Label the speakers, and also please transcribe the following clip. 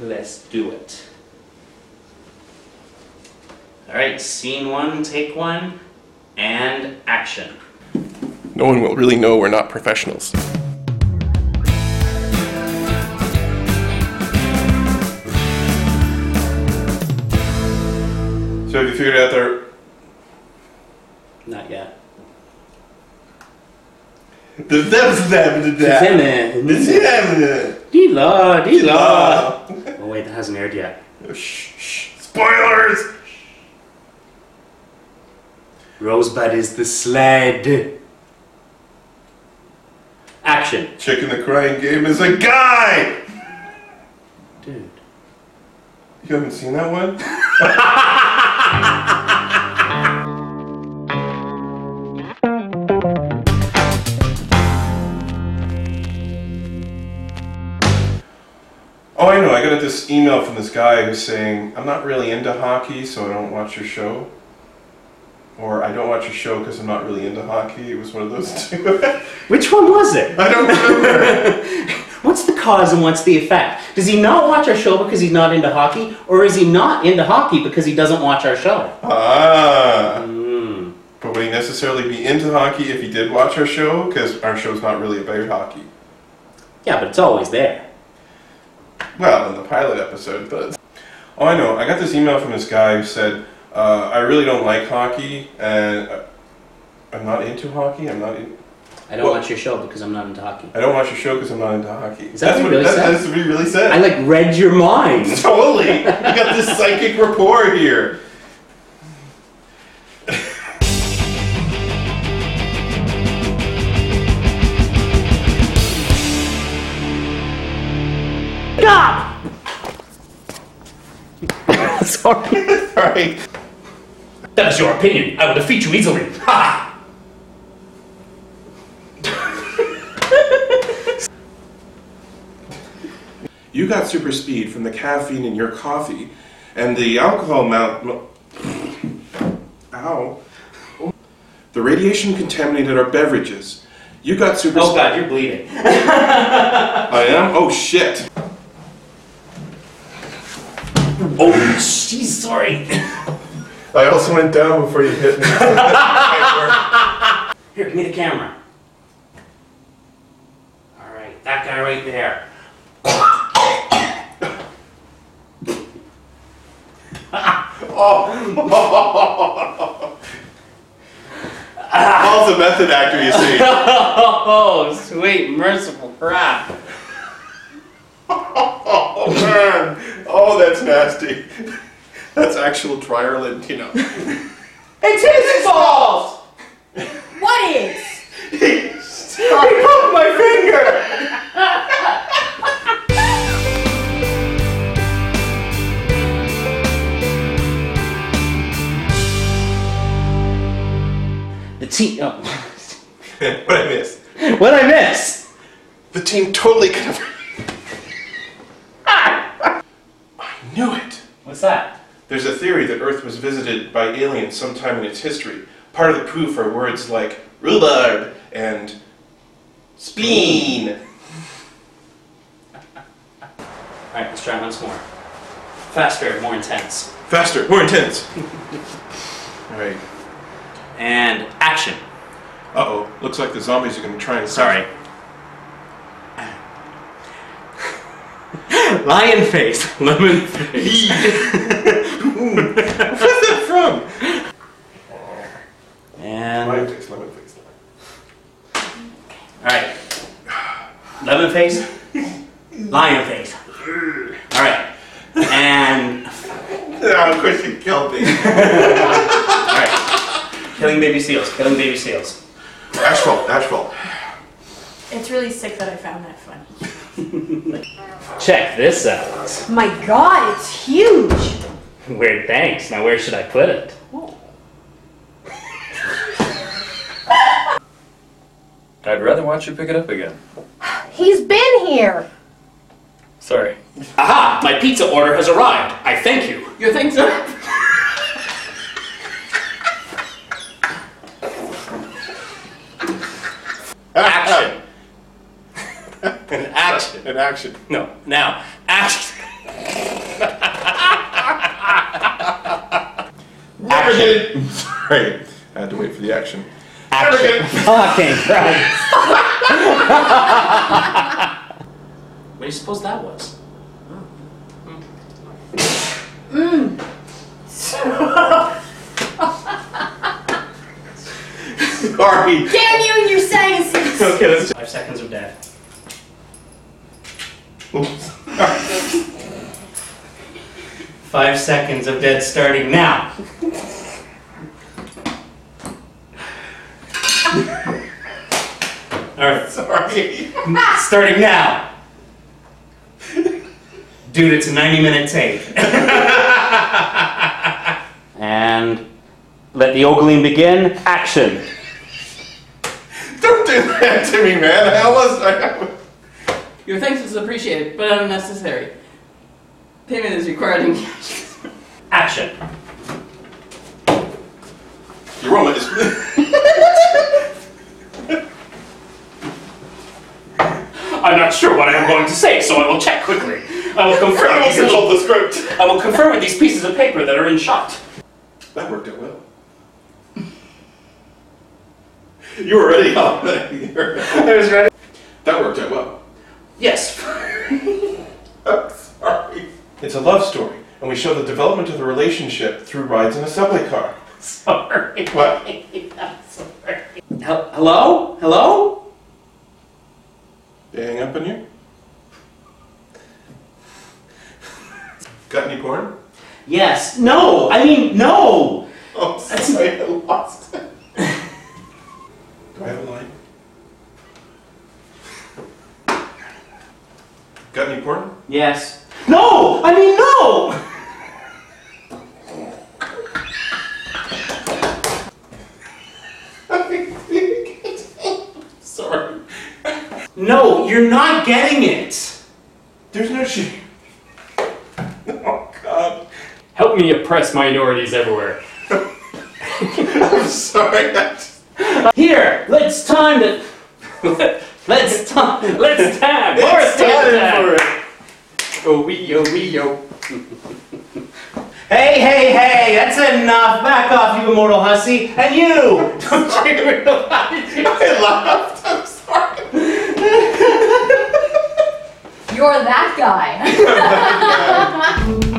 Speaker 1: Let's do it. All right, scene one, take one, and action.
Speaker 2: No one will really know we're not professionals. So have you figured out their
Speaker 1: Not yet.
Speaker 2: the steps that happened to that?
Speaker 1: Dila, Dila. Oh wait, that hasn't aired yet.
Speaker 2: Ah. Shh, shh. Spoilers!
Speaker 1: Rosebud is the sled. Action,
Speaker 2: Chick in the crying game is a guy!
Speaker 1: dude.
Speaker 2: You haven't seen that one? oh, I know. I got this email from this guy who's saying, I'm not really into hockey, so I don't watch your show. Or I don't watch your show because I'm not really into hockey. It was one of those two.
Speaker 1: Which one was it?
Speaker 2: I don't remember.
Speaker 1: What's the cause and what's the effect? Does he not watch our show because he's not into hockey, or is he not into hockey because he doesn't watch our show?
Speaker 2: ah.
Speaker 1: Mm.
Speaker 2: But would he necessarily be into hockey if he did watch our show? Because our show's not really about hockey.
Speaker 1: Yeah, but it's always there.
Speaker 2: Well, in the pilot episode, but. Oh, I know. I got this email from this guy who said, uh, I really don't like hockey, and uh, I'm not into hockey. I'm not. In-
Speaker 1: I don't
Speaker 2: Well-
Speaker 1: watch your show because I'm not into hockey.
Speaker 2: I don't watch your show because I'm not into hockey.
Speaker 1: Is that what he really
Speaker 2: that's,
Speaker 1: said?
Speaker 2: that's what he really said.
Speaker 1: I like read your mind.
Speaker 2: totally. You got this psychic rapport here.
Speaker 1: Stop! Sorry.
Speaker 2: All right.
Speaker 1: That is your opinion. I will defeat you easily. Ha!
Speaker 2: You got super speed from the caffeine in your coffee, and the alcohol mount. mo- Ow. The radiation contaminated our beverages. You got super.
Speaker 1: Oh god, you're bleeding.
Speaker 2: I am. Oh shit.
Speaker 1: Oh, jeez, sorry.
Speaker 2: I also went down before you hit me.
Speaker 1: Here, give me the camera. All right, that guy right there.
Speaker 2: Paul's a method actor, you see.
Speaker 1: Oh, sweet, merciful crap.
Speaker 2: Oh man. Oh, that's nasty. That's actual Triarlantino.
Speaker 1: It's his fault!
Speaker 3: What is?
Speaker 1: He broke my finger! the team. Oh.
Speaker 2: what I missed.
Speaker 1: what I miss?
Speaker 2: The team totally could have. I knew it.
Speaker 1: What's that?
Speaker 2: There's a theory that Earth was visited by aliens sometime in its history. Part of the proof are words like rhubarb and spleen.
Speaker 1: Alright, let's try once more. Faster, more intense.
Speaker 2: Faster, more intense. All right.
Speaker 1: And action.
Speaker 2: Uh oh. Looks like the zombies are gonna try and.
Speaker 1: Sorry. Lion face, lemon face.
Speaker 2: Where's that from?
Speaker 1: And
Speaker 2: face, lemon face.
Speaker 1: alright. Lemon face. Lion face. Alright. And
Speaker 2: Yeah, Ah, of course you killed me.
Speaker 1: alright. Killing baby seals, killing baby seals.
Speaker 2: asphalt, asphalt.
Speaker 3: It's really sick that I found that funny.
Speaker 1: Check this out.
Speaker 3: My god, it's huge!
Speaker 1: Weird thanks. Now where should I put it?
Speaker 4: I'd rather watch you pick it up again.
Speaker 3: He's been here!
Speaker 4: Sorry.
Speaker 1: Aha! My pizza order has arrived. I thank you. You think so?
Speaker 4: action. An action.
Speaker 5: In action.
Speaker 4: No, now. Action.
Speaker 2: Never did it. Sorry, I had to wait for the action. Never did it.
Speaker 1: Fucking Christ. what do you suppose that was?
Speaker 2: Sorry.
Speaker 3: Damn you and your sciences!
Speaker 2: Okay, let's.
Speaker 1: Five seconds of death.
Speaker 2: Oops.
Speaker 1: Five seconds of death starting now. Alright,
Speaker 2: Sorry.
Speaker 1: starting now. Dude, it's a 90 minute tape. and let the ogling begin. Action.
Speaker 2: Don't do that to me, man. I almost. I,
Speaker 6: Your thanks is appreciated, but unnecessary. Payment is required in cash.
Speaker 1: Action.
Speaker 2: you roll it.
Speaker 1: I'm not sure what I am going to say, so I will check quickly. I will confirm
Speaker 2: Almost
Speaker 1: these little,
Speaker 2: controlled the script.
Speaker 1: I will confirm with these pieces of paper that are in shot.
Speaker 2: That worked out well. You were ready. Oh, that
Speaker 1: I was ready.
Speaker 2: worked out well.
Speaker 1: Yes.
Speaker 2: I'm sorry. It's a love story, and we show the development of the relationship through rides in a subway car.
Speaker 1: Sorry.
Speaker 2: What?
Speaker 1: I'm sorry. Hel- Hello? Hello?
Speaker 2: They hang up on you? Got any porn?
Speaker 1: Yes. No. I mean, no.
Speaker 2: Oh, sorry, I lost it. Do I have a line? Got any porn?
Speaker 1: Yes. No. I mean, no.
Speaker 2: Sorry.
Speaker 1: No. You're not getting it.
Speaker 2: There's no shame. Oh, God.
Speaker 5: Help me oppress minorities everywhere.
Speaker 2: I'm sorry. I just-
Speaker 1: Here. Let's time it. Let's time.
Speaker 5: Let's tab!
Speaker 2: It's time for it.
Speaker 6: Oh wee, oh wee, oh.
Speaker 1: Hey, hey, hey, that's enough. Back off, you immortal hussy. And you! Don't you realize?
Speaker 2: I laughed. I'm sorry.
Speaker 3: You're that guy.